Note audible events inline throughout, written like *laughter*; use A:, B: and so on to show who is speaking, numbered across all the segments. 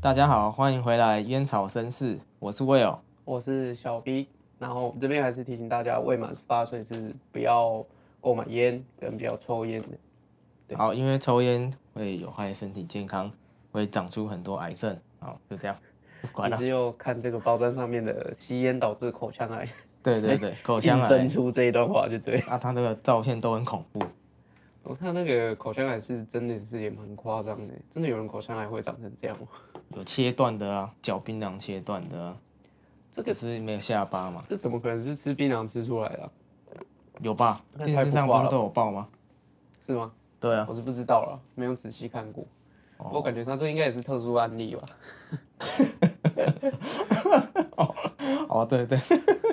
A: 大家好，欢迎回来烟草绅士，我是 Will。
B: 我是小 B，然后这边还是提醒大家，未满十八岁是不要购买烟跟不要抽烟的。对
A: 好，因为抽烟会有害身体健康，会长出很多癌症。好，就这样，不管
B: 你
A: 了。
B: 是又看这个报章上面的吸烟导致口腔癌，
A: 对对对，口腔
B: 哎 *laughs* 硬
A: 癌
B: 生出这一段话就对。
A: 啊，他那个照片都很恐怖。
B: 我看那个口腔癌是真的是也蛮夸张的，真的有人口腔癌会长成这样吗？
A: 有切断的啊，嚼槟榔切断的、啊，
B: 这
A: 可
B: 个
A: 是没有下巴嘛？
B: 这怎么可能是吃槟榔吃出来的啊、
A: 有吧？
B: 那
A: 电
B: 太
A: 视
B: 不
A: 上不
B: 挂
A: 是
B: 了
A: 都有报吗？
B: 是吗？
A: 对啊
B: 我，是不知道了，没有仔细看过。
A: 哦
B: 我感觉他这应该也是特殊案例吧？
A: *laughs* 哦对对，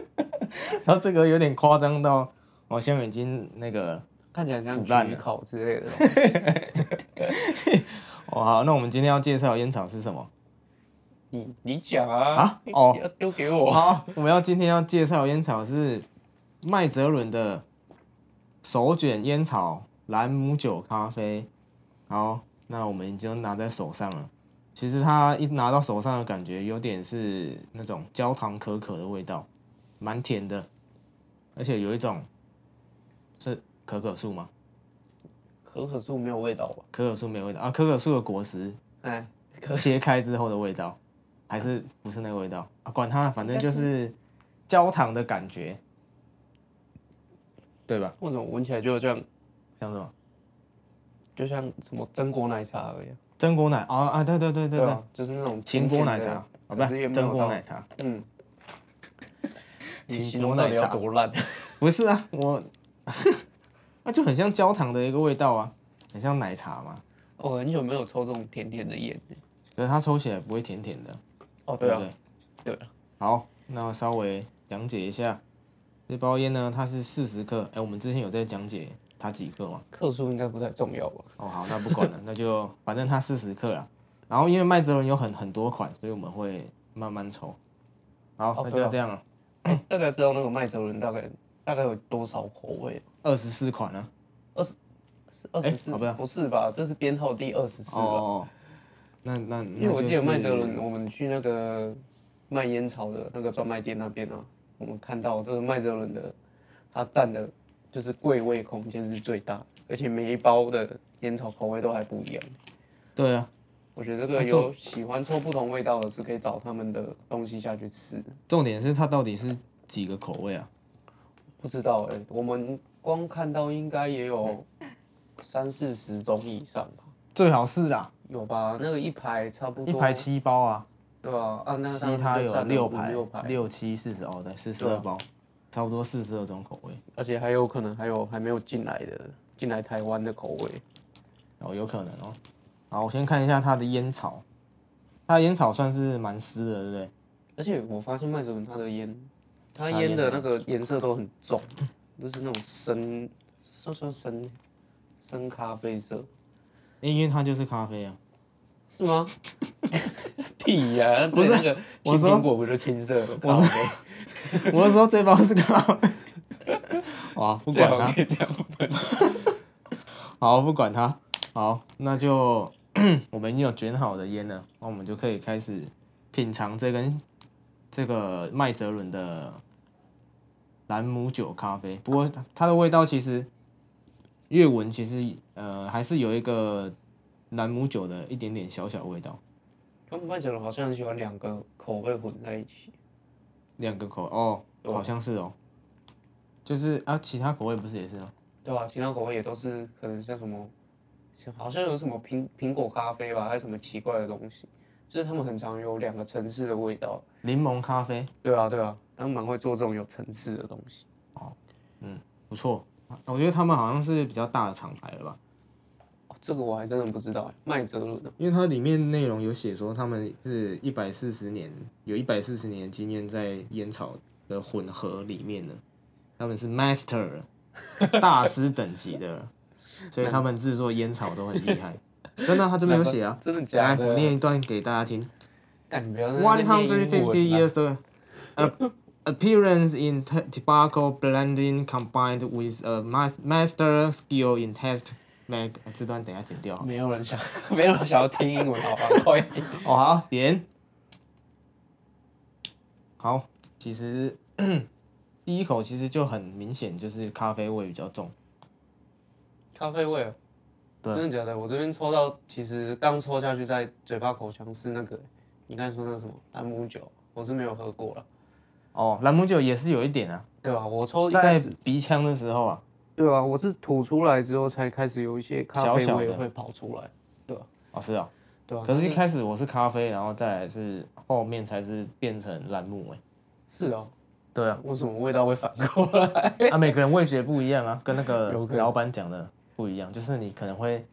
A: *laughs* 他这个有点夸张到好像已经那个
B: 看起来像
A: 腐烂
B: 焗
A: 了
B: 烤之类的东西。
A: *laughs* 哦好，那我们今天要介绍烟草是什么？
B: 你你讲啊
A: 啊哦
B: 要丢给
A: *laughs*
B: 我
A: 好，我们要今天要介绍烟草是麦哲伦的手卷烟草蓝姆酒咖啡。好，那我们已经拿在手上了。其实它一拿到手上的感觉有点是那种焦糖可可的味道，蛮甜的，而且有一种是可可树吗？
B: 可可树没有味道吧？
A: 可可树没有味道啊，可可树的果实
B: 哎， *laughs* 可
A: 切开之后的味道，还是不是那个味道啊？管它，反正就是焦糖的感觉，对吧？
B: 为什么闻起来就像
A: 像什么
B: 就像什么榛果奶茶而已啊？
A: 榛果奶啊啊，对对对对对，
B: 啊，就是那种
A: 秦
B: 果
A: 果奶茶啊，不
B: 可
A: 是
B: 是也没
A: 榛
B: 有
A: 果
B: 到
A: 奶，茶，
B: 嗯。你
A: 秦
B: 形
A: 果
B: 容到底
A: 奶
B: 要
A: 茶
B: 多烂？
A: 不是啊，我 *laughs* 那就很像焦糖的一个味道啊，很像奶茶嘛，
B: 我很久没有抽这种甜甜的烟了。
A: 可是它抽起来不会甜甜的，
B: 哦，
A: 对
B: 对
A: 不
B: 啊
A: 对？，
B: 对啊，
A: 好，那稍微讲解一下，这包烟呢，它是四十克，哎，我们之前有在讲解它几克吗？
B: 克数应该不太重要吧？ *coughs*
A: 哦，好，那不管了，那就反正它四十克啦。然后因为麦哲伦有很很多款，所以我们会慢慢抽。好啊
B: 哦，
A: 那
B: 对
A: 就
B: 哦
A: 这样了，
B: 大家知道那个麦哲伦大概大概有多少口味？
A: 二十四款啊。
B: 是二十四
A: 哎好吧？
B: 不是吧？这是编号第二十四
A: 哦
B: 吧？
A: 哦，哦那那
B: 因为我记得麦哲，
A: 那
B: 伦，
A: 就是
B: 我们去那个卖烟草的那个专卖店那边啊，我们看到这个麦哲伦的，它占的就是柜位空间是最大，而且每一包的烟草口味都还不一样。
A: 对啊，
B: 我觉得这
A: 啊
B: 个
A: 这
B: 有喜欢抽不同味道的是可以找他们的东西下去试的。
A: 重点是它到底是几个口味啊？
B: 不知道哎、我们光看到应该也有三四十种以上吧，
A: 最好是啦，
B: 有吧？那个一排差不
A: 一
B: 多，
A: 排七包啊，
B: 对吧、啊？那
A: 其他有
B: 六
A: 六排，
B: 六排，
A: 六七四十哦，对，四十
B: 对
A: 二
B: 啊
A: 包，差不多四十二种口味
B: 而且还有可能还有还没有进来的，进来台湾的口味。
A: 哦，有可能哦。好，我先看一下它的烟草，它的烟草算是蛮湿的，对不对？
B: 而且我发现麦哲伦他的烟，他
A: 他
B: 烟
A: 烟
B: 的
A: 怎
B: 那个颜色都很重，就是那种深，算算深，深咖啡色，
A: 因为它就是咖啡啊。
B: 是吗？ *laughs* 屁呀、
A: 不
B: 不
A: 是
B: 是那个
A: 我
B: 青
A: 说
B: 苹果不就青色的？我说
A: *laughs* 我是说这包是咖 *laughs* 啡。哇，不
B: 这
A: 管
B: 样
A: 它，
B: 可以这样分。
A: 好，不管它，好，那就 *coughs* 我们已经有卷好的烟了，那我们就可以开始品尝这根这个麦哲伦的兰姆酒咖啡。不过它它的味道其实越闻其实呃还是有一个兰姆酒的一点点小小味道，
B: *laughs* 他们麦哲伦好像很喜欢两个口味混在一起，
A: 两个口哦，
B: 对啊
A: 好像是哦，就是啊，其他口味不是也是吗？
B: 对啊吧、其他口味也都是可能像什么，像好像有什么苹苹果咖啡吧，还是什么奇怪的东西，就是他们很常有两个层次的味道。
A: 柠檬咖啡。
B: 对啊，对啊，他们蛮会做这种有层次的东西。
A: 不错，我觉得他们好像是比较大的厂牌了吧，
B: 哦、这个我还真的不知道欸，麦哲伦啊，
A: 因为它里面内容有写说他们是一百四十年，有一百四十年的经验在烟草的混合里面的，他们是 master 大师等级 *laughs* 的，所以他们制作烟草都很厉害。真的，他这边有写啊，
B: 真的假
A: 来
B: 的？
A: 我念一段给大家听。
B: 干，你不要在那
A: 150
B: 边念英文啊啦
A: years the a- appearance in t- tobacco blending combined with a mas- master skill in taste 那个这段等一下剪掉。
B: 没有人想， *laughs* 没有人想要听英文，好吧，快一点。
A: 哦，好，点。好，其实 *coughs* 第一口其实就很明显，就是咖啡味比较重。
B: 咖啡味哦，
A: 对
B: 真的假的？我这边抽到，其实刚抽下去在嘴巴口腔是那个，你刚才说那什么兰姆酒，我是没有喝过了，
A: 哦，兰姆酒也是有一点啊，
B: 对吧、我抽哦一开
A: 在
B: 始，
A: 鼻腔的时候啊，
B: 对吧、我是吐出来之后才开始有一些咖
A: 小
B: 啡
A: 小
B: 味
A: 的
B: 会跑出来，对吧、
A: 哦是啊，
B: 对吧、
A: 可是一
B: 但
A: 开始我是咖啡，然后再来是后面才是变成兰姆味。
B: 是哦，
A: 对啊，
B: 为什么味道会反过来？ *laughs*
A: 啊每个人味觉不一样啊，跟那个
B: 有可能
A: 老板讲的不一样，就是你可能会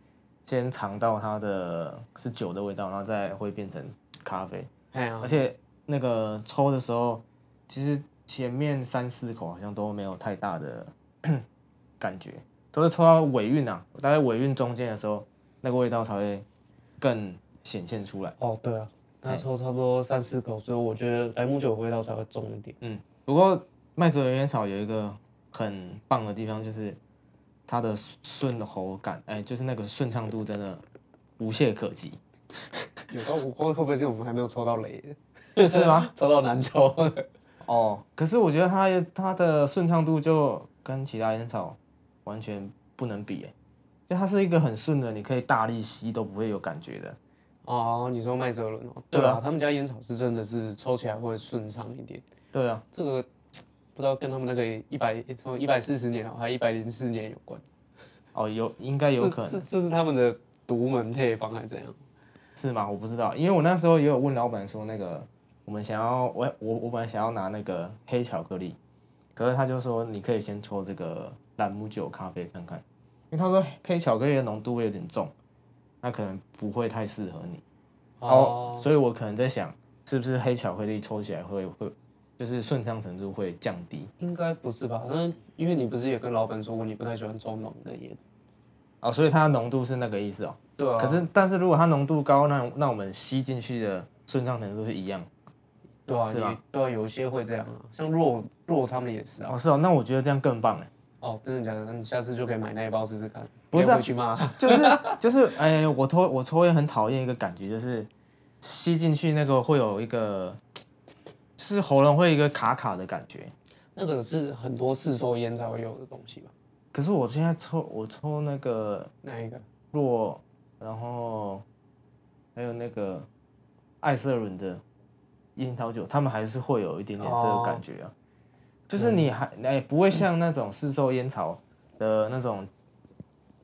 A: 先尝到它的是酒的味道，然后再会变成咖啡。
B: 哎呀
A: 而，且那个抽的时候，其实前面三四口好像都没有太大的 *clears throat* 感觉，都是抽到尾韵啊，大概尾韵中间的时候，那个味道才会更显现出来。
B: 哦对啊，那
A: 哎
B: 抽差不多三四口，所以我觉得莱姆酒味道才会重一点。
A: 嗯，不过麦哲伦烟草有一个很棒的地方，就是它的顺喉感，哎，就是那个顺畅度真的无懈可击，
B: *laughs* 有时候我会不会是我们还没有抽到雷的？
A: 是吗？
B: 抽到难抽。
A: *laughs*
B: *laughs*
A: 哦，可是我觉得它它的顺畅度就跟其他烟草完全不能比诶，就它是一个很顺的，你可以大力吸都不会有感觉的。
B: 哦，你说麦哲伦哦，
A: 对啊
B: 对啊，他们家烟草是真的是抽起来会顺畅一点，
A: 对啊，
B: 这个不知道跟他们那个一百从一百四十年哦，还一百零四年有关，
A: 哦，有应该有可能
B: 是是这是他们的独门配方还是怎样？
A: 是吗？我不知道，因为我那时候也有问老板说那个我们想要我我我本来想要拿那个黑巧克力，可是他就说你可以先抽这个兰姆酒咖啡看看，因为他说黑巧克力的浓度会有点重，那可能不会太适合你。哦，所以我可能在想，是不是黑巧克力抽起来会会，就是顺畅程度会降低
B: 应该不是吧？那因为你不是也跟老板说过你不太喜欢抽浓的烟，
A: 哦，所以它的浓度是那个意思哦。
B: 对啊，
A: 可是，但是如果它浓度高，那那我们吸进去的顺畅程度是一样。
B: 对啊，
A: 是
B: 也
A: 吧
B: 对啊，有些会这样啊，像若若他们也是啊。
A: 哦，是哦，那我觉得这样更棒哎。
B: 哦，真的假的？那你下次就可以买那一包试试看，
A: 不是啊
B: 回去骂他。
A: *laughs* 就是就是，哎、我抽我抽烟很讨厌一个感觉，就是吸进去那个会有一个，就是喉咙会有一个卡卡的感觉。
B: 那个是很多试抽烟才会有的东西吧？
A: 可是我现在抽我抽那个
B: 那一个？
A: 若，然后还有那个艾瑟伦的樱桃酒，他们还是会有一点点这个感觉啊，就是你还哎、不会像那种市售烟草的那种，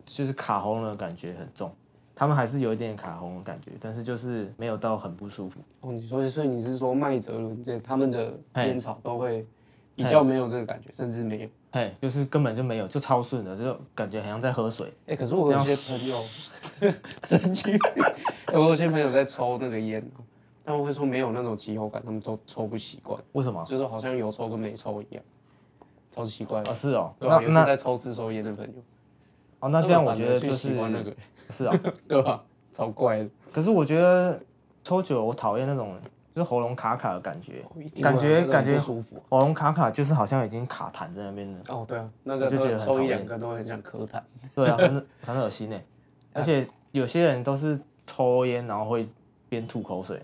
A: 就是卡喉咙的感觉很重，他们还是有一点点卡喉咙的感觉，但是就是没有到很不舒服。
B: 哦，你说，所以你是说麦哲伦这他们的
A: 嘿
B: 烟草都会比较没有这个感觉，甚至没有。
A: 嘿，就是根本就没有，就超顺的，就感觉好像在喝水。
B: 哎、可是我有一些
A: *laughs*
B: 朋友神经病，哎我有些朋友在抽那个烟啊，他们会说没有那种急喉感，他们都抽不习惯，
A: 为什么？
B: 就是好像有抽跟没抽一样，超奇怪
A: 啊，
B: 的。
A: 是哦，
B: 对吧？
A: 那
B: 有些
A: 那
B: 在抽四抽烟的朋友，
A: 哦，那这样我
B: 他们
A: 觉
B: 反
A: 得
B: 而去
A: 就是
B: 喜欢那个，
A: 是哦，
B: 对吧？超怪的，
A: 可是我觉得抽酒，我讨厌那种就是喉咙卡卡的感觉，
B: 哦一定
A: 感
B: 会啊
A: 觉
B: 那个
A: 感
B: 很
A: 觉
B: 不舒服啊。
A: 喉咙卡卡就是好像已经卡痰在那边了。
B: 哦，对啊，那
A: 我
B: 个
A: 就觉
B: 都
A: 得很
B: 抽一
A: 讨厌
B: 两个都很想咳痰。
A: 对
B: *laughs*
A: 啊，很很恶心呢。而且有些人都是抽烟，然后会边吐口水，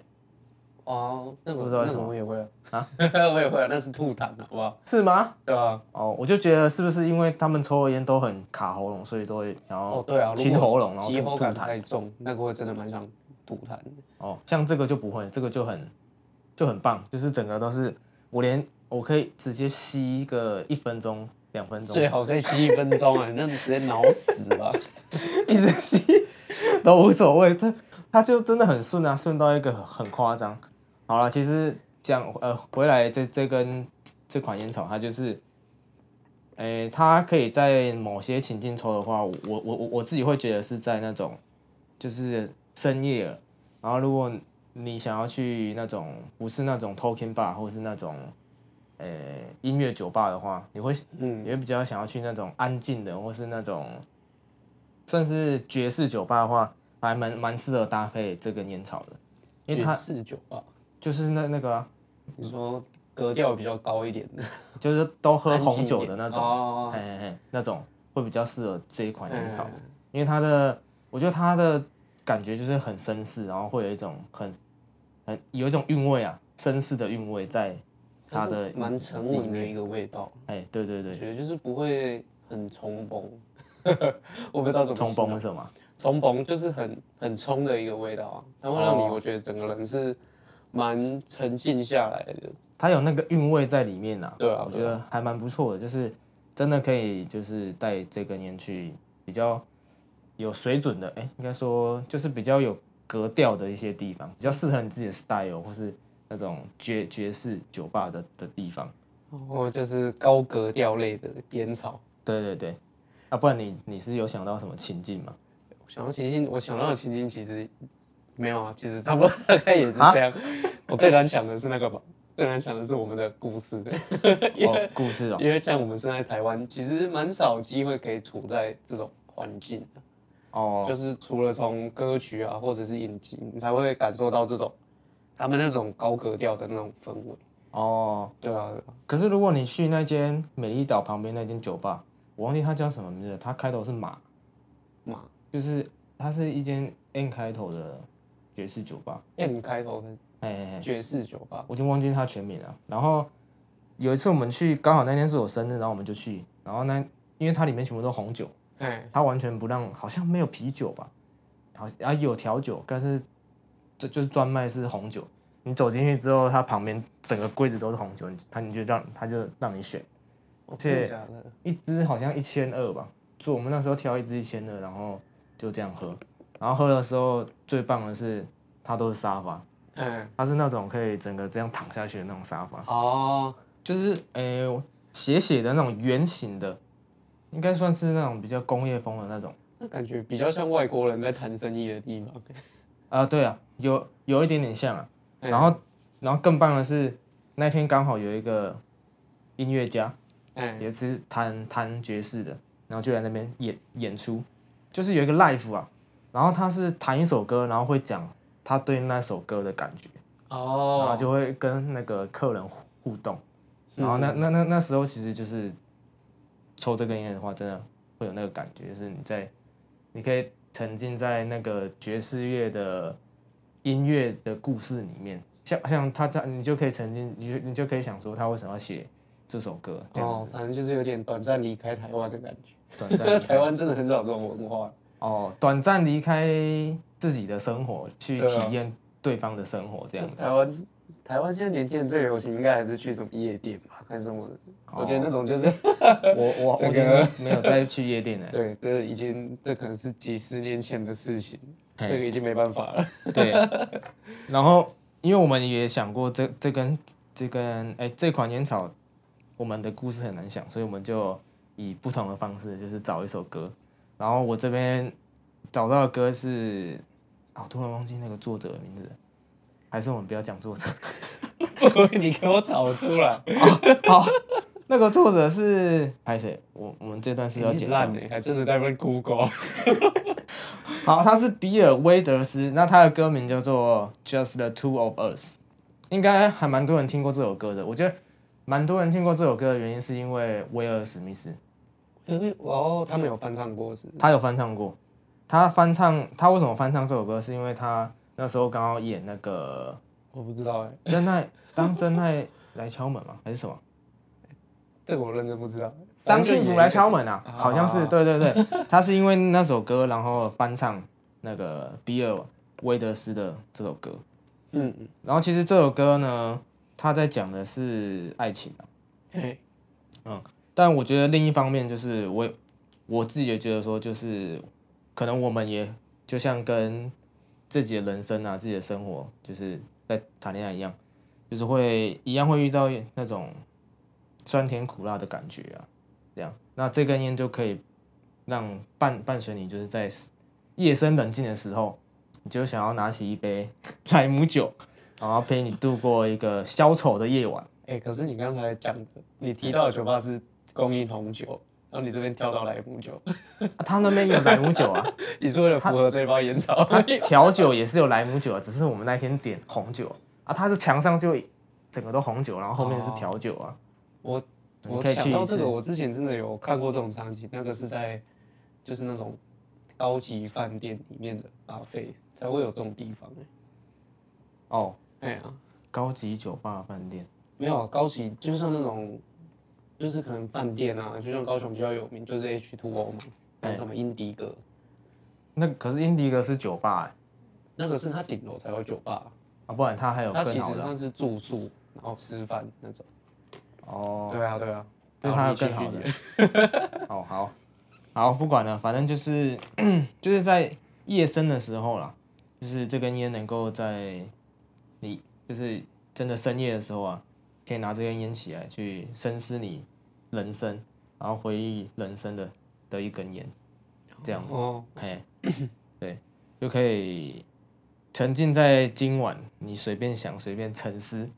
B: 哦，那
A: 不
B: 个
A: 知道为
B: 那
A: 什
B: 个
A: 么
B: 我也会啊，
A: 啊
B: *laughs* 我也会啊，那是吐痰，好不好？
A: 是吗？
B: 对啊，
A: 哦，我就觉得是不是因为他们抽的烟都很卡喉咙，所以都会想
B: 哦
A: 要
B: 对啊，如
A: 清
B: 果
A: 喉咙，然后
B: 急
A: 吐
B: 喉
A: 吐
B: 感
A: 痰。
B: 太重，那个会真的蛮想吐痰的。
A: 哦，像这个就不会，这个就很就很棒，就是整个都是我连我可以直接吸一个一分钟、两分钟，
B: 最好可以吸一分钟 *laughs* 啊，那你直接挠死吧。
A: *laughs* 一直吸都无所谓，它它就真的很顺啊，顺到一个很很夸张。好了，其实讲呃回来这这根这款烟草，它就是，诶、它可以在某些情境抽的话，我我我我自己会觉得是在那种就是深夜了，然后如果你想要去那种不是那种 talking bar 或是那种。呃，音乐酒吧的话，你会
B: *laughs* 嗯，
A: 你会比较想要去那种安静的，或是那种算是爵士酒吧的话，还蛮蛮适合搭配这根烟草的，因为它
B: 四九吧，
A: 就是那那个啊、
B: 你说格调比较高一点 *laughs* 的，
A: 就是都喝
B: 安静
A: 红
B: 一
A: 酒
B: 点
A: 的那
B: 哦
A: 种，嘿嘿嘿，那种会比较适合这一款烟草。
B: 嗯
A: 因为它的，我觉得它的感觉就是很绅士，然后会有一种很很有一种韵味啊，绅士的韵味在它
B: 是
A: 的
B: 蛮沉
A: 里
B: 稳的一
A: 面。
B: 个味道，
A: 哎，对对
B: 我
A: 对，
B: 觉得就是不会很冲 *laughs* 崩，我不知道怎么
A: 冲
B: 形容
A: 崩是什么？
B: 冲崩就是很很冲的一个味道啊，它会让你
A: 哦
B: 我觉得整个人是蛮沉静下来的。
A: 它有那个韵味在里面啊。
B: 对啊
A: 我觉
B: 对啊
A: 得还蛮不错的，就是真的可以就是带这根烟去比较有水准的，哎、应该说就是比较有格调的一些地方，比较适合你自己的 style 或是那种爵爵士酒吧的的地方。
B: 哦，就是高格调类的烟草。
A: 对对对，啊，不然你你是有想到什么情境
B: *laughs*
A: 吗？
B: 我想到情境，我想到的情境其实没有啊，其实差不多大概也是
A: 啊
B: 这样。我最难想的是那个吧，最难想的是我们的故事，因
A: 哦
B: 为，
A: 故事哦，
B: 因为像我们身在台湾，其实蛮少机会可以处在这种环境的。就
A: 哦，
B: 是除了从歌曲啊，或者是影集，你才会感受到这种他们那种高格调的那种氛围。
A: 哦，
B: 对啊，对啊
A: 可是如果你去那间美丽岛旁边那间酒吧，我忘记它叫什么名字了，它开头是马，
B: 嘛
A: 就是它是一间 N 开头的爵士酒吧，
B: ，M 开头的
A: 哎哎哎，
B: 爵士酒吧，
A: 我已经忘记它全名了。然后有一次我们去，刚好那天是我生日，然后我们就去，然后那因为它里面全部都红酒，
B: 哎，
A: 它完全不让，好像没有啤酒吧，好啊有调酒，但是这就是专卖是红酒。你走进去之后，它旁边整个柜子都是红酒，它你就让它就让你选，
B: 哦
A: 且
B: 真的假的？
A: 一支好像一千二吧，就我们那时候挑一支一千二，然后就这样喝。然后喝的时候最棒的是它都是沙发，
B: 哎，
A: 它是那种可以整个这样躺下去的那种沙发，
B: 哦，
A: 就是诶、斜斜的那种圆形的，应该算是那种比较工业风的那种。
B: 那感觉比较像外国人在谈生意的地方。
A: 啊，对啊，有有一点点像啊。
B: 哎
A: 然，后，然后更棒的是，那天刚好有一个音乐家，
B: 哎，
A: 也是弹弹爵士的，然后就在那边演演出，就是有一个 live 啊，然后他是弹一首歌，然后会讲他对那首歌的感觉，然后
B: 哦，
A: 就会跟那个客人互互动。
B: 嗯
A: 然后那那那那时候其实就是抽这根烟的话，真的会有那个感觉，就是你在你可以沉浸在那个爵士乐的音乐的故事里面，像像他他你就可以沉浸，你就你就可以想说他为什么要写这首歌这样
B: 哦
A: 子，，
B: 反正就是有点短暂离开台湾的感觉。
A: 短暂离
B: 台
A: 开
B: 湾真的很少这种文化。
A: 哦，短暂离开自己的生活，去
B: 对啊
A: 体验对方的生活这样子
B: 台。湾是台湾现在年轻人最流行应该还是去什么夜店吧，还是什么的？我觉得那种就是
A: 我我我
B: *laughs* 这
A: 已经
B: 个。
A: 没有再去夜店了
B: *laughs* 对，这已经这可能是几十年前的事情，
A: 嘿
B: 这个已经没办法了。
A: 对，然后因为我们也想过这这根这根哎这款烟草，我们的故事很难想，所以我们就以不同的方式，就是找一首歌。然后我这边找到的歌是，啊、我突然忘记那个作者的名字了，还是我们不要讲作者。
B: *laughs* 你给我找出来， *laughs*
A: *laughs* 好，那个作者是拍谁？我我们这段是不是要
B: 你
A: 剪
B: 烂欸
A: 掉
B: 呢、。还真的在问 Google。
A: 好，他是比尔·威德斯，那他的歌名叫做《Just the Two of Us》，应该还蛮多人听过这首歌的。我觉得蛮多人听过这首歌的原因是因为威尔·史密斯，
B: 可是哦，他们有翻唱过是不是？
A: 他有翻唱过。他翻唱，他为什么翻唱这首歌？是因为他那时候刚好演那个
B: 我不知道哎、
A: 真爱，当真爱来敲门吗？还是什么？
B: 这个我认真不知道。
A: 当幸福来敲门啊，
B: 啊
A: 好像是，对对对，他是因为那首歌，然后翻唱那个比尔·威德斯的这首歌。
B: 嗯嗯，
A: 然后其实这首歌呢，它在讲的是爱情啊，
B: 哎，
A: 但我觉得另一方面就是我我自己也觉得说，就是可能我们也就像跟自己的人生啊、自己的生活，就是在谈恋爱一样，就是会一样会遇到那种酸甜苦辣的感觉啊，这样。那这根烟就可以让伴伴随你，就是在夜深人静的时候，你就想要拿起一杯 *laughs* 莱姆酒，然后陪你度过一个消愁的夜晚。
B: 哎、可是你刚才讲的，你提到的酒吧是供应红酒，然后你这边跳到莱姆酒，
A: 啊、他那边有莱姆酒啊。
B: 你是为了符合这一包烟草？ *laughs*
A: 他调酒也是有莱姆酒啊，只是我们那天点红酒啊，它是墙上就整个都红酒，然后后面是调酒啊。
B: 我
A: *laughs* 你
B: 我
A: 可以
B: 想
A: 去
B: 到
A: 一
B: 这
A: 次
B: 个，我之前真的有看过这种场景，那个是在就是那种高级饭店里面的巴菲才会有这种地方欸
A: 哦，
B: 哎、哎呀，
A: 高级酒吧饭店，
B: 没有啊高级，就像那种，就是可能饭店啊，就像高雄比较有名，就是 H Two O 嘛，还有什么英迪格，
A: 那可是 Indigo 是酒吧、欸、
B: 那个是它顶楼才有酒吧，
A: 啊，不然它还有
B: 它
A: 更
B: 其实
A: 好的
B: 它是住宿然后吃饭那种。
A: 哦，
B: 对啊，对啊，
A: 那
B: 然
A: 它
B: 后
A: 有
B: 你继
A: 更
B: 续
A: 好
B: 你
A: 的。
B: *laughs*
A: 哦，好，好，不管了，反正就是就是在夜深的时候啦，就是这根烟能够在你就是真的深夜的时候啊，可以拿这根烟起来去深思你人生，然后回忆人生的的一根烟，这样子，
B: 哦，
A: 嘿，对，就可以沉浸在今晚，你随便想随便沉思，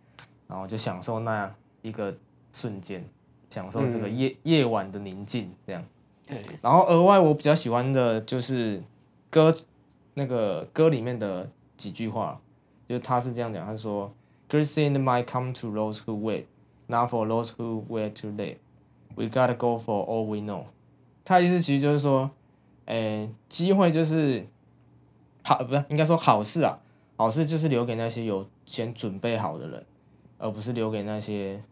A: 然后就享受那一个瞬间，享受这个
B: 嗯
A: 夜、夜晚的宁静，这样。
B: 哎，
A: 然后额外我比较喜欢的就是歌那个歌里面的几句话，就是他是这样讲，他说，Grace in my come to those who wait, not for those who wait too late. We gotta go for all we know. 他的意思其实就是说，诶，机会就是好，不是应该说好事啊，好事就是留给那些有先准备好的人，而不是留给那些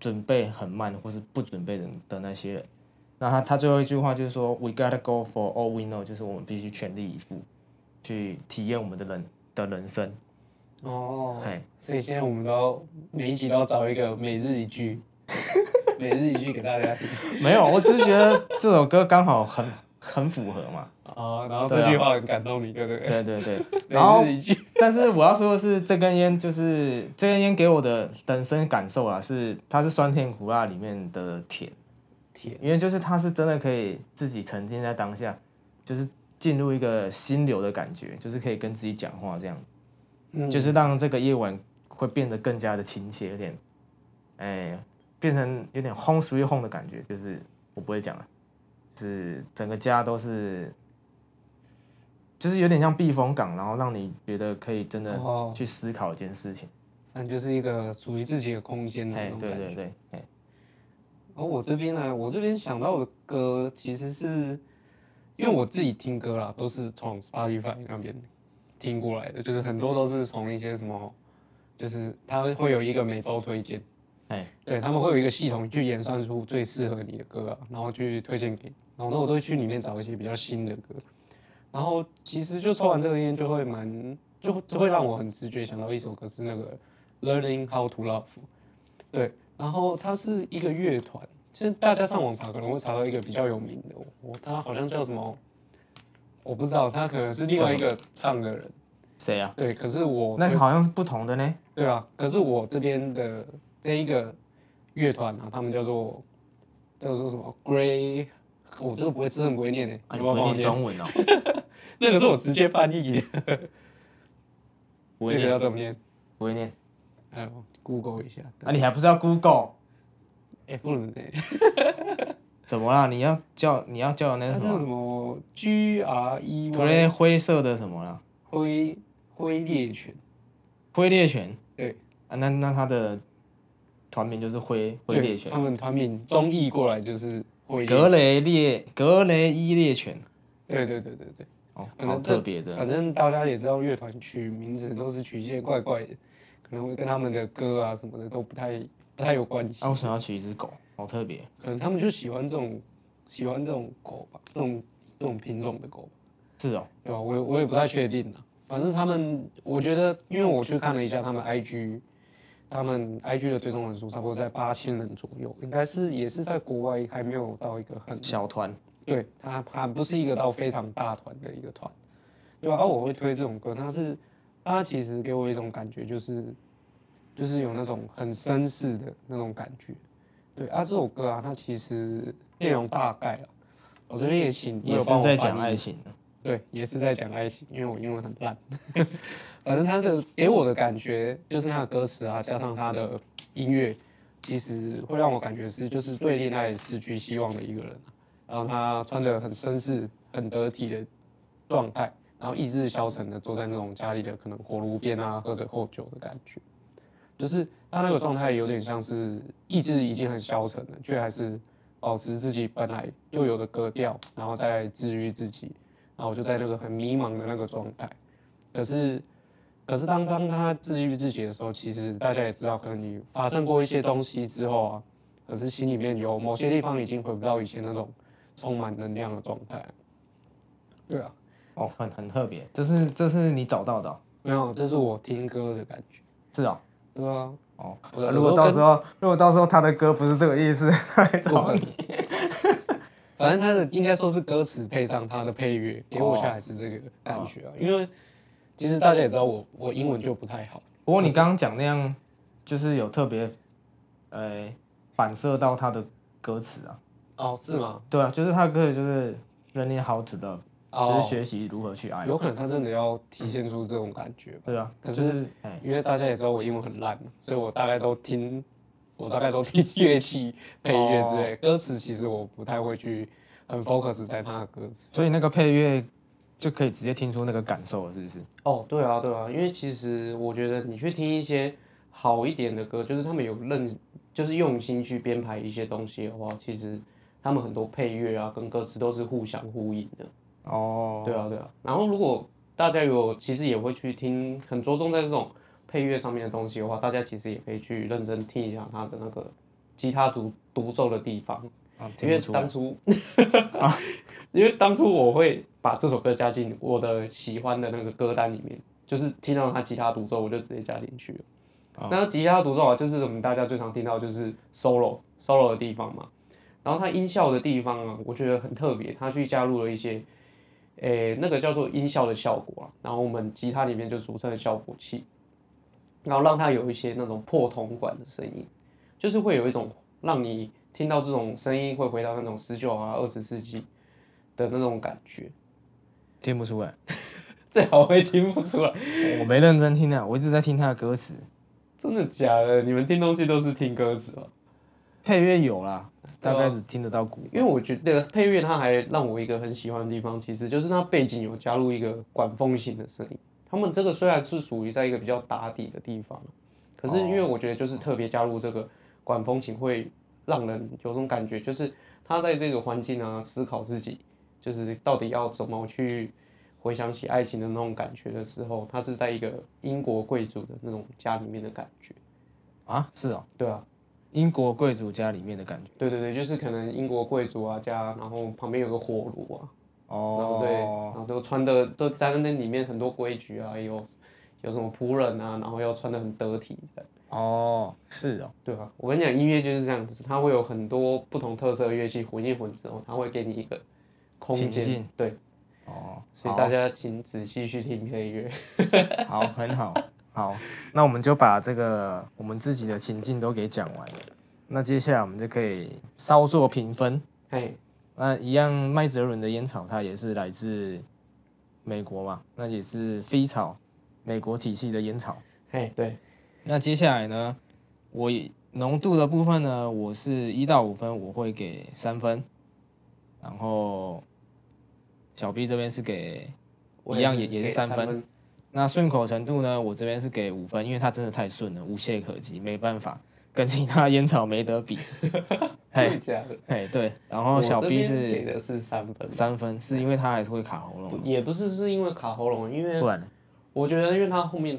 A: 准备很慢或是不准备的的那些人。那他他最后一句话就是说，We gotta go for all we know，就是我们必须全力以赴，去体验我们的人的人生。
B: 哦，
A: 哎，
B: 所以现在我们都要每一集都要找一个每日一句，每日一句给大家听
A: 没有，我只是觉得这首歌刚好很 *laughs* 很符合嘛。
B: 啊，然后
A: 对
B: 这
A: 啊
B: 句话很感动你，对不对？
A: 对对对，
B: *laughs*
A: 然后
B: 每日一句，
A: 但是我要说的是，这根烟就是这根烟给我的人生感受啊，是它是酸甜苦辣里面的甜，
B: 天，
A: 因为就是它是真的可以自己沉浸在当下，就是进入一个心流的感觉，就是可以跟自己讲话这样。
B: 嗯
A: 就是让这个夜晚会变得更加的亲切，有点，哎、变成有点 home sweet home 的感觉，就是我不会讲了，就是整个家都是，就是有点像避风港，然后让你觉得可以真的
B: 哦
A: 去思考一件事情。
B: 嗯反正就是一个属于自己的空间的
A: 哎、
B: 嗯那种
A: 对
B: 感
A: 对
B: 觉。
A: 对，哎、
B: 然哦后我这边呢，我这边想到的歌其实是，因为我自己听歌啦，都是从 Spotify 那边听过来的，就是很多都是从一些什么，就是它会有一个每周推荐，
A: 哎、
B: 对他们会有一个系统去演算出最适合你的歌啊，然后去推荐给你，然后呢我都会去里面找一些比较新的歌，然后其实就抽完这个烟就会蛮，就就会让我很直觉想到一首歌是那个 Learning How to Love，对，然后它是一个乐团，现在大家上网查可能会查到一个比较有名的，我他好像叫什么，我不知道，他可能是另外一个唱的人，
A: 谁啊？
B: 对，可是我
A: 那好像是不同的呢。
B: 对啊，可是我这边的这一个乐团啊，他们叫做叫做什么 Grey，我这个不会，真的不会念诶、
A: 啊，
B: 欸，
A: 你不
B: 有没有
A: 会
B: 帮我
A: 念中文哦，
B: 那个是我直接翻译的，
A: 不
B: 这
A: 会
B: 个要
A: 念，
B: 怎么念？
A: 不会念。
B: 哎呦，Google 一下。
A: 啊，你还不是要 Google？
B: 哎、不能哎、欸，
A: 怎么啦？你要叫你要叫的那
B: 它
A: 是什
B: 叫什
A: 么
B: 么 G R E
A: 啊？灰
B: Y
A: 灰色的什么啦？
B: 灰灰猎犬，
A: 灰猎犬。
B: 对，
A: 啊，那那他的团名就是灰灰
B: 对
A: 猎犬
B: 他，们团名中译过来就是灰猎
A: 格
B: 犬，
A: 雷猎格雷伊猎犬，
B: 对对对对对。
A: 哦，
B: 反
A: 好
B: 正
A: 特
B: 这
A: 别的，
B: 反正大家也知道，乐团取名字都是取一些怪怪的，可能会跟他们的歌啊什么的都不太不太有关系。
A: 啊，我想要取一只狗，好特别，
B: 可能他们就喜欢这种喜欢这种狗吧，这种这种品种的狗，
A: 是哦，
B: 对吧？我也我也不太确定啊。反正他们，我觉得，因为我去看了一下他们 IG，他们 IG 的追踪人数差不多在八千人左右，应该是也是在国外还没有到一个很
A: 小团，
B: 对，它它不是一个到非常大团的一个团，对吧、啊？我会推这种歌，它是它其实给我一种感觉，就是就是有那种很绅士的那种感觉。对啊，这首歌啊，它其实内容大概啊，我这边也请
A: 也是在讲爱，情的，
B: 对，也是在讲爱情，因为我英文很烂。反正它的给我的感觉就是它的歌词啊，加上它的音乐，其实会让我感觉是就是对恋爱失去希望的一个人啊、然后他穿着很绅士、很得体的状态，然后意志消沉的坐在那种家里的可能火炉边啊，喝着后酒的感觉，就是他那个状态有点像是意志已经很消沉了，却还是保持自己本来就有的格调，然后再治愈自己，然后我就在那个很迷茫的那个状态。可
A: 嗯
B: 是，可是当当他自愈自己的时候，其实大家也知道，可能你发生过一些东西之后啊，可是心里面有某些地方已经回不到以前那种充满能量的状态。对啊，
A: 哦，很很特别，这是这是你找到的哦、
B: 没有，这是我听歌的感觉。
A: 是哦。
B: 对啊，
A: *laughs* 哦
B: 我的，
A: 如果到时
B: 候，
A: 候如果到时候他的歌不是这个意思，他来找你。
B: 反正他的应该说是歌词配上他的配乐，给我下来是这个感觉
A: 哦
B: 啊。因为其实大家也知道我我英文就不太好，
A: 不过你刚刚讲那样，就是有特别，呃，反射到他的歌词啊。
B: 哦，是吗？
A: 对啊，就是他的歌词就是 learning how to love，、
B: 哦，
A: 就是学习如何去爱。
B: 有可能他嗯真的要体现出这种感觉吧。
A: 对啊，
B: 可
A: 就是是哎，
B: 因为大家也知道我英文很烂嘛，所以我大概都听，我大概都听乐 *laughs* 器配乐之类，歌词其实我不太会去很 focus 在他的歌词。
A: 所以那个配乐就可以直接听出那个感受了，是不是？
B: 哦，对啊，对啊，因为其实我觉得你去听一些好一点的歌，就是他们有认，就是用心去编排一些东西的话，其实他们很多配乐啊跟歌词都是互相呼应的。
A: 哦，
B: 对啊，对啊。然后如果大家有其实也会去听，很着重在这种配乐上面的东西的话，大家其实也可以去认真听一下他的那个吉他独独奏的地方，
A: 啊，
B: 因
A: 听
B: 为
A: 不出来 *laughs*
B: 当初， *laughs* 因为当初我会把这首歌加进我的喜欢的那个歌单里面，就是听到他吉他独奏，我就直接加进去了。
A: 哦
B: 那吉他独奏啊，就是我们大家最常听到就是 solo solo 的地方嘛，然后它音效的地方啊，我觉得很特别，它去加入了一些，诶、那个叫做音效的效果啊，然后我们吉他里面就俗称的效果器，然后让它有一些那种破铜管的声音，就是会有一种让你听到这种声音会回到那种十九啊二十世纪的那种感觉， *laughs*
A: 听不出来，
B: 最好会听不出来，
A: 我没认真听啊，我一直在听他的歌词，
B: 真的假的？你们听东西都是听歌词吗？
A: 配乐有啦，
B: 对
A: 大
B: 啊
A: 概只听得到鼓，
B: 因为我觉得配乐它还让我一个很喜欢的地方，其实就是它背景有加入一个管风琴的声音。他们这个虽然是属于在一个比较打底的地方，可是因为我觉得就是特别加入这个管风琴，会让人有种感觉，就是他在这个环境啊思考自己，就是到底要怎么去回想起爱情的那种感觉的时候，他是在一个英国贵族的那种家里面的感觉。
A: 啊，是哦，
B: 对啊，
A: 英国贵族家里面的感觉，
B: 对对对，就是可能英国贵族啊家，然后旁边有个火炉啊。然后对，然
A: 哦，
B: 后都穿的都在那里面很多规矩啊，有有什么仆人啊，然后要穿的很得体的，
A: 哦，是哦，
B: 对吧、我跟你讲，音乐就是这样子，它会有很多不同特色的乐器混一混之后，它会给你一个空
A: 情
B: 间
A: 境，
B: 对，
A: 哦，
B: 所以大家请仔细去听配乐。 *laughs*
A: 好，很好，好，那我们就把这个我们自己的情境都给讲完了，那接下来我们就可以稍作评分。
B: 哎，
A: 那一样，麦哲伦的烟草它也是来自美国嘛，那也是飞草，美国体系的烟草。
B: 哎，对，
A: 那接下来呢，我以浓度的部分呢，我是一到五分，我会给三分，然后小 B 这边是给
B: 我
A: 一样也
B: 也
A: 也是
B: 给
A: 三
B: 三
A: 分那顺口程度呢，我这边是给五分，因为它真的太顺了，无懈可击，没办法，跟其他烟草没得
B: *laughs*
A: 比。
B: 真
A: 嘿
B: 的，假的？
A: 嘿，对，然后
B: 我
A: 小
B: 这
A: B
B: 边给
A: 是
B: 的是三分，
A: 三分，是因为它还是会卡喉咙，
B: 也不是是因为卡喉咙，因为
A: 不然呢
B: 我觉得，因为它后面，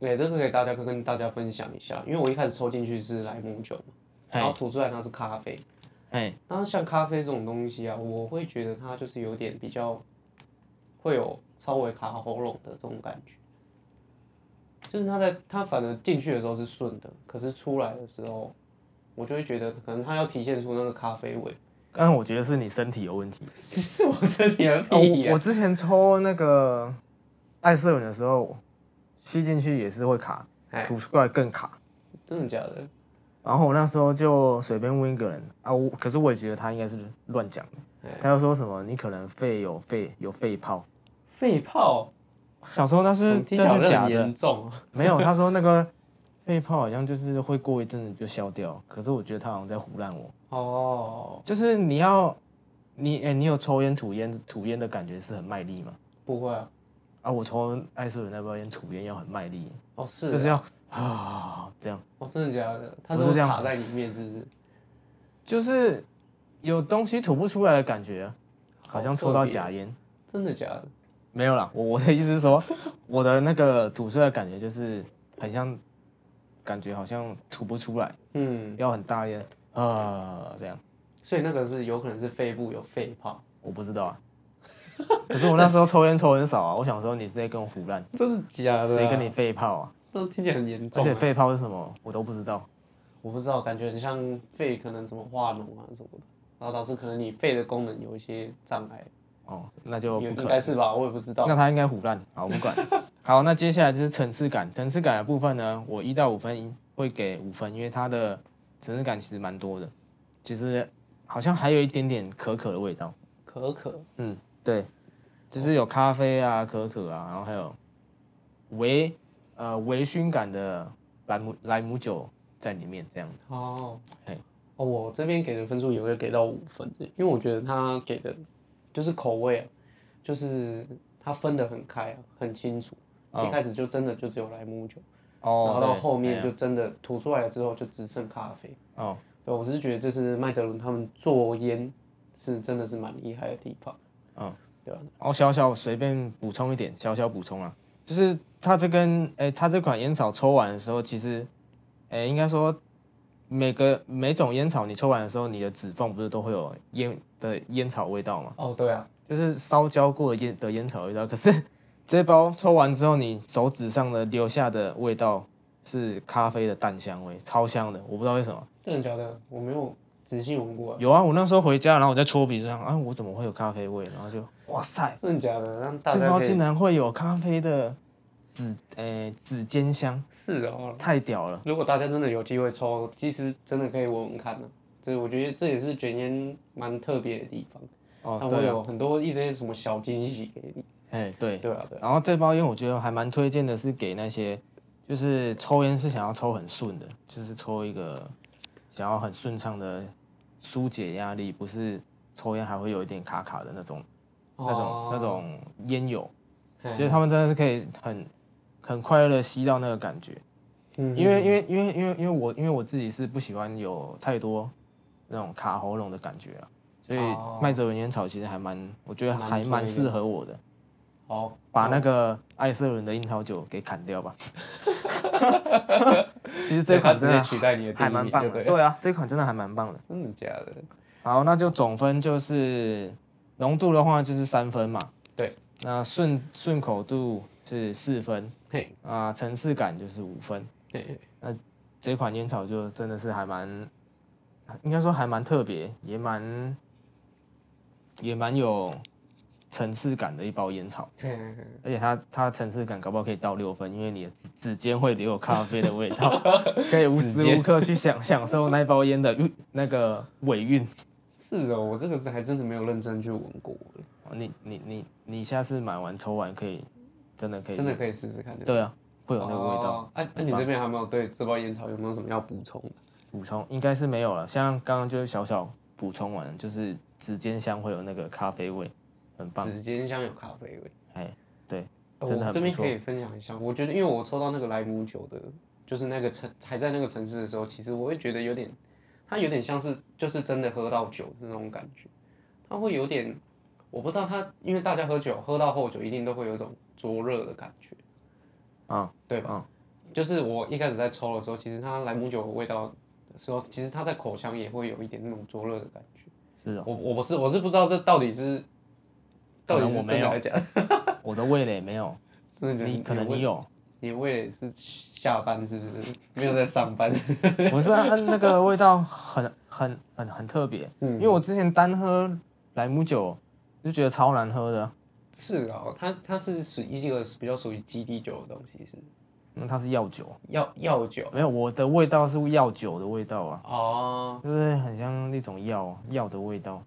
B: 哎、这个给大家跟大家分享一下，因为我一开始抽进去是莱姆酒嘛，然后
A: 嘿，
B: 吐出来它是咖啡，
A: 嘿，
B: 然后像咖啡这种东西啊，我会觉得它就是有点比较，会有稍微卡喉咙的这种感觉，就是它在它反而进去的时候是顺的，可是出来的时候，我就会觉得可能它要体现出那个咖啡味， *laughs*
A: 但我觉得是你身体有问题。
B: 是我身体的
A: 哦
B: *laughs* 屁、
A: 我我
B: 啊，
A: 之前抽那个艾瑟伦的时候，吸进去也是会卡，
B: 哎
A: 吐出来更卡。
B: 真的假的？
A: 然后我那时候就随便问一个人啊，我可是我也觉得他应该是乱讲的
B: 哎，
A: 他就说什么你可能肺有肺有肺泡，
B: 肺泡，
A: 小时候那
B: 我
A: 是
B: 哦
A: 真
B: 听起来好
A: 的
B: 像
A: 假
B: 很
A: 的
B: 严？重啊。
A: 没
B: *laughs*
A: 有，他说那个肺泡好像就是会过一阵子就消掉，可是我觉得他好像在胡乱我，
B: 哦，
A: 就是你要你哎、你有抽烟吐烟吐烟的感觉是很卖力嘛？
B: 不会啊，
A: 啊，我抽艾斯伦那包烟吐烟要很卖力，
B: 哦是啊，
A: 就是要啊这样，
B: 哦真的假的？它
A: 不
B: 是
A: 是
B: 会
A: 这样
B: 卡
A: 吗
B: 在里面是不是？
A: 就是有东西吐不出来的感觉啊、好像抽到假烟。
B: 真的假的？
A: 没有啦，我我的意思是说，我的那个煮出来的感觉就是很像，感觉好像吐不出来，
B: 嗯，
A: 要很大烟啊、这样，
B: 所以那个是有可能是肺部有肺泡，
A: 我不知道啊。可是我那时候抽烟抽很少啊，我想说你是在跟我胡乱，
B: 真的假的、
A: 谁跟你？肺泡啊？
B: 那听起来很严重、
A: 而且
B: 啊。
A: 肺泡是什么，我都不知道。
B: 我不知道，感觉很像肺可能什么化脓啊什么的，然后导致可能你肺的功能有一些障碍，
A: 哦，那就
B: 也
A: 不可能。
B: 应该是吧，我也不知道。
A: 那他应该胡乱，好，我不
B: *laughs*
A: 管。好，那接下来就是层次感，层次感的部分呢，我一到五分会给五分，因为它的层次感其实蛮多的，其实好像还有一点点可可的味道。
B: 可可，
A: 嗯，对，就是有咖啡啊、可可啊，然后还有微呃微醺感的莱姆莱姆酒在里面，这样。
B: 哦
A: 嘿，
B: 哦，我这边给的分数也会给到五分的，因为我觉得他给的就是口味啊，就是他分得很开啊，很清楚。一开始就真的就只有莱姆酒，然哦后到
A: 哦对
B: 后面
A: 哎
B: 就真的吐出来了之后就只剩咖啡。
A: 哦，
B: 对，我是觉得这是麦哲伦他们做烟是真的是蛮厉害的地方。
A: 嗯，
B: 对吧？
A: 哦，小小随便补充一点，小小补充啊，就是它这根，哎、它这款烟草抽完的时候，其实，哎、应该说每个每种烟草你抽完的时候，你的指缝不是都会有烟的烟草味道吗？
B: 哦，对啊，
A: 就是烧焦过的烟的烟草味道。可是这包抽完之后，你手指上的留下的味道是咖啡的淡香味，超香的，我不知道为什么。
B: 真的假的？我没有仔细闻过、啊。
A: 有啊，我那时候回家，然后我在搓鼻子上，啊，我怎么会有咖啡味？然后就，哇塞！
B: 真的假的？让大
A: 这
B: 家
A: 包
B: 可以
A: 竟然会有咖啡的指诶指尖香，
B: 是哦。
A: 太屌了！
B: 如果大家真的有机会抽，其实真的可以闻闻看呢、啊这我觉得这也是卷烟蛮特别的地方，
A: 哦
B: 它，会
A: 对啊，
B: 有很多一些什么小惊喜给你。
A: 哎对。
B: 对啊，对啊，
A: 然后这包烟我觉得还蛮推荐的，是给那些就是抽烟是想要抽很顺的，就是抽一个想要很顺畅的疏解压力，不是抽烟还会有一点卡卡的那种、
B: 哦
A: 那种那种烟友，
B: 嘿，
A: 其实他们真的是可以很很快乐的吸到那个感觉。
B: 嗯
A: 因为因为因为因为因为我因为我自己是不喜欢有太多那种卡喉咙的感觉啊，所以
B: 哦
A: 麦哲伦烟草其实还蛮，我觉得
B: 蛮
A: 还
B: 推
A: 蛮
B: 的哦
A: 适合我的。
B: 好
A: 把那个艾瑟伦的樱桃酒给砍
B: *laughs*
A: 掉吧。其实这
B: 对它
A: 款
B: 直
A: 真
B: 接
A: 的
B: 取代你的定
A: 还
B: 义
A: 蛮
B: 就
A: 棒
B: 对
A: 的，
B: 了
A: 对啊，这款真的还蛮棒的。
B: 真的假的？
A: 好，那就总分就是浓度的话就是三分嘛，
B: 对，
A: 那顺顺口度是四分
B: 嘿，
A: 啊，层次感就是五分。
B: 嘿嘿
A: 这款烟草就真的是还蛮，应该说还蛮特别，也蛮也蛮有层次感的一包烟草，
B: 嘿嘿嘿
A: 而且它它层次感搞不好可以到六分，因为你的指尖会留有咖啡的味道， *laughs* 可以无
B: 指
A: 时
B: 尖
A: 无刻去享享受那包烟的韵那个尾韵。
B: *laughs* 是哦，我这个是还真的没有认真去闻过，
A: 哦你你你你下次买完抽完可以，真的可以，
B: 真的可以试试看。对
A: 对啊，会有那个味道。
B: 哦哎、那、你这边还没有对这包烟草有没有什么要补充的？
A: 补充应该是没有了，像刚刚就是小小补充完，就是指尖香会有那个咖啡味，嗯很棒。
B: 指尖香有咖啡味。
A: 哎，对，
B: 呃
A: 真的
B: 我
A: 很
B: 这
A: 不
B: 边
A: 错
B: 可以分享一下，我觉得因为我抽到那个莱姆酒的，就是那个城还在那个城市的时候，其实我会觉得有点，它有点像是就是真的喝到酒的那种感觉，它会有点，我不知道它，因为大家喝酒喝到后酒一定都会有一种灼热的感觉，
A: 啊、
B: 对吧？就是我一开始在抽的时候，其实它莱姆酒的味道的时候，其实它在口腔也会有一点那种灼热的感觉。
A: 是哦，
B: 我我不是我是不知道这到底是到
A: 可能
B: 底是
A: 我
B: 真
A: 没
B: 的
A: 有
B: 还是假的，
A: 我的味蕾没有， *laughs*
B: 真的假的
A: 你可能你 *laughs*
B: 为
A: 有，
B: 你为了是下班是不 *laughs* 是？没有在上班，
A: 不是啊，那个味道很很很很特别，
B: 嗯
A: 因为我之前单喝莱姆酒就觉得超难喝的，
B: 是哦，它它是属于一个比较属于基地酒的东西，是
A: 那、它是药酒，
B: 药药酒
A: 没有，我的味道是药酒的味道啊，
B: 哦。
A: 就是很像那种药药的味道，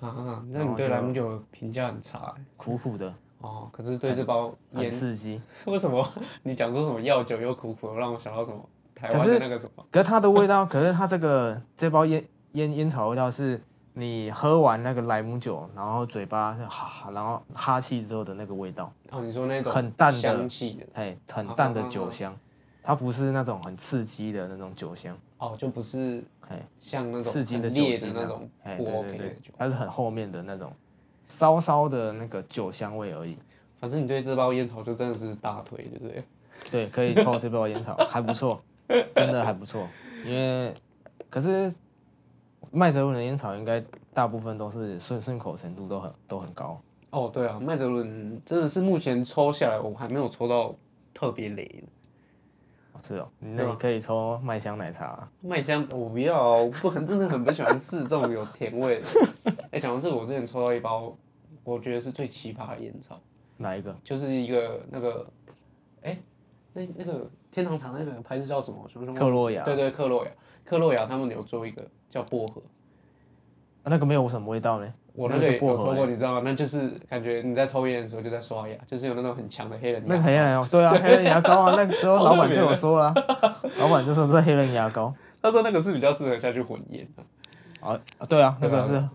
B: 啊，那
A: 然
B: 你
A: 后
B: 对
A: 就
B: 莱姆酒的评价很差欸
A: 苦苦的，
B: 哦，可是对这包
A: 很
B: 烟，
A: 刺激。
B: *laughs* 为什么 *laughs* 你讲说什么药酒又苦苦的，让我想到什么台
A: 可
B: 湾
A: 是
B: 的那个什么？
A: 可是它的味道， *laughs* 可是它这个这包烟烟烟草味道是你喝完那个莱姆酒，然后嘴巴哈，然后哈气之后的那个味道，
B: 哦，你说那种
A: 很淡的
B: 香气的
A: 哎，很淡的酒
B: 啊
A: 香，它不是那种很刺激的那种酒香，
B: 哦，就不是
A: 哎，
B: 像那种
A: 刺激的
B: 很
A: 酒
B: 烈
A: 精
B: 的那
A: 啊
B: 种
A: 哎，
B: 不
A: 对对
B: OK 的
A: 对
B: 酒，
A: 它是很后面的那种稍稍的那个酒香味而已。
B: 反正你对这包烟草就真的是大腿，对不对？
A: *laughs* 对，可以抽这包烟草，还不错，真的还不错。因为可是麦哲伦的烟草应该大部分都是顺顺口程度都很都很高。
B: 哦，对啊，麦哲伦真的是目前抽下来，我还没有抽到特别雷的。
A: 是哦，
B: 嗯
A: 那
B: 啊
A: 你可以抽麦香奶茶、啊。
B: 麦香我不要，啊我不很真的很不喜欢试这种有甜味的。哎、讲到这个，我之前抽到一包，我觉得是最奇葩的烟草，
A: 哪一个？
B: 就是一个那个，哎、那那个天堂厂那个牌子叫什么？什么什么？
A: 克洛雅
B: 对对，克洛雅，克洛雅他们有做一个叫薄荷，
A: 啊那个没有什么味道呢。
B: 我
A: 那
B: 那
A: 个
B: 个
A: 是
B: 也
A: 薄
B: 有
A: 荷
B: 抽
A: 欸
B: 过，你知道吗？那就是感觉你在抽烟的时候就在刷牙，就是有那种很强的黑人
A: 那
B: 牙
A: 个黑人哦，对啊，黑人牙膏啊，那个时候
B: *laughs* 超
A: 老板
B: 特别
A: 就有
B: 的
A: 说了啊，老板就说这黑人牙膏。
B: 他说那个是比较适合下去混烟的，
A: 啊，啊对啊，那
B: 对
A: 个
B: 啊
A: 是，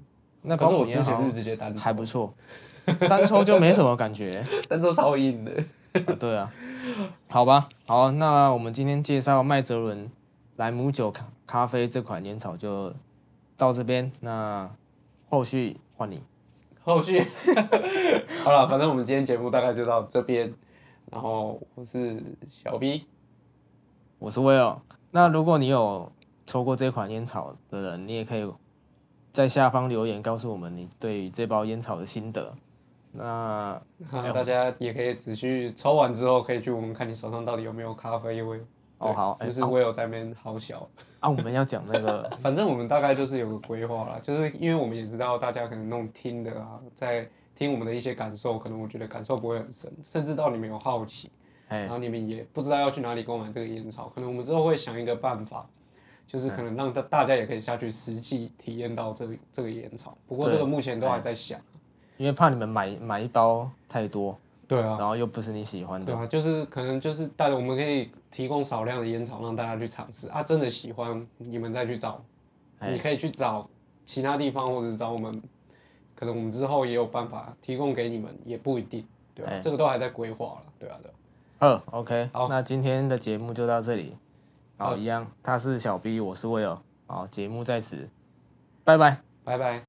A: 那
B: 可
A: 包
B: 是我
A: 虎
B: 之
A: 烟好
B: 前是
A: 像
B: 直接单抽，
A: 还不错，单抽就没什么感觉。
B: 单抽超硬的。
A: 啊，对啊，好吧，好，那我们今天介绍麦哲伦莱姆酒咖咖啡这款烟草就到这边，那后续换你。
B: *laughs*
A: *laughs*
B: 后续好了，反正我们今天节目大概就到这边，然后我是小 B，
A: 我是 Will，那如果你有抽过这款烟草的人，你也可以在下方留言告诉我们你对于这包烟草的心得。那
B: 然后大家也可以只去抽完之后可以去闻闻看你手上到底有没有咖啡味。
A: 哦
B: 对
A: 好哎
B: 就是我有在那边好小，
A: 啊，我们要讲那
B: *laughs*
A: 个
B: 反正我们大概就是有个规划啦，就是因为我们也知道大家可能那种听的啊，在听我们的一些感受，可能我觉得感受不会很深，甚至到你们有好奇，
A: 哎
B: 然后你们也不知道要去哪里购买这个烟草，可能我们之后会想一个办法，
A: 嗯
B: 就是可能让大大家也可以下去实际体验到这个这个烟草。不过这个目前
A: 哎
B: 都还在想。
A: 因为怕你们买买一包太多，
B: 对啊，
A: 然后又不是你喜欢
B: 对
A: 的，
B: 啊，就是可能就是大家我们可以提供少量的烟草让大家去尝试啊，真的喜欢你们再去找，
A: 哎
B: 你可以去找其他地方或者是找我们，可能我们之后也有办法提供给你们，也不一定，对啊
A: 哎，
B: 这个都还在规划了，对啊，对啊，
A: 嗯，OK，
B: 好
A: 那今天的节目就到这里。好，
B: 好
A: 一样，他是小 B，我是威尔。好，节目在此，拜拜。
B: 拜拜。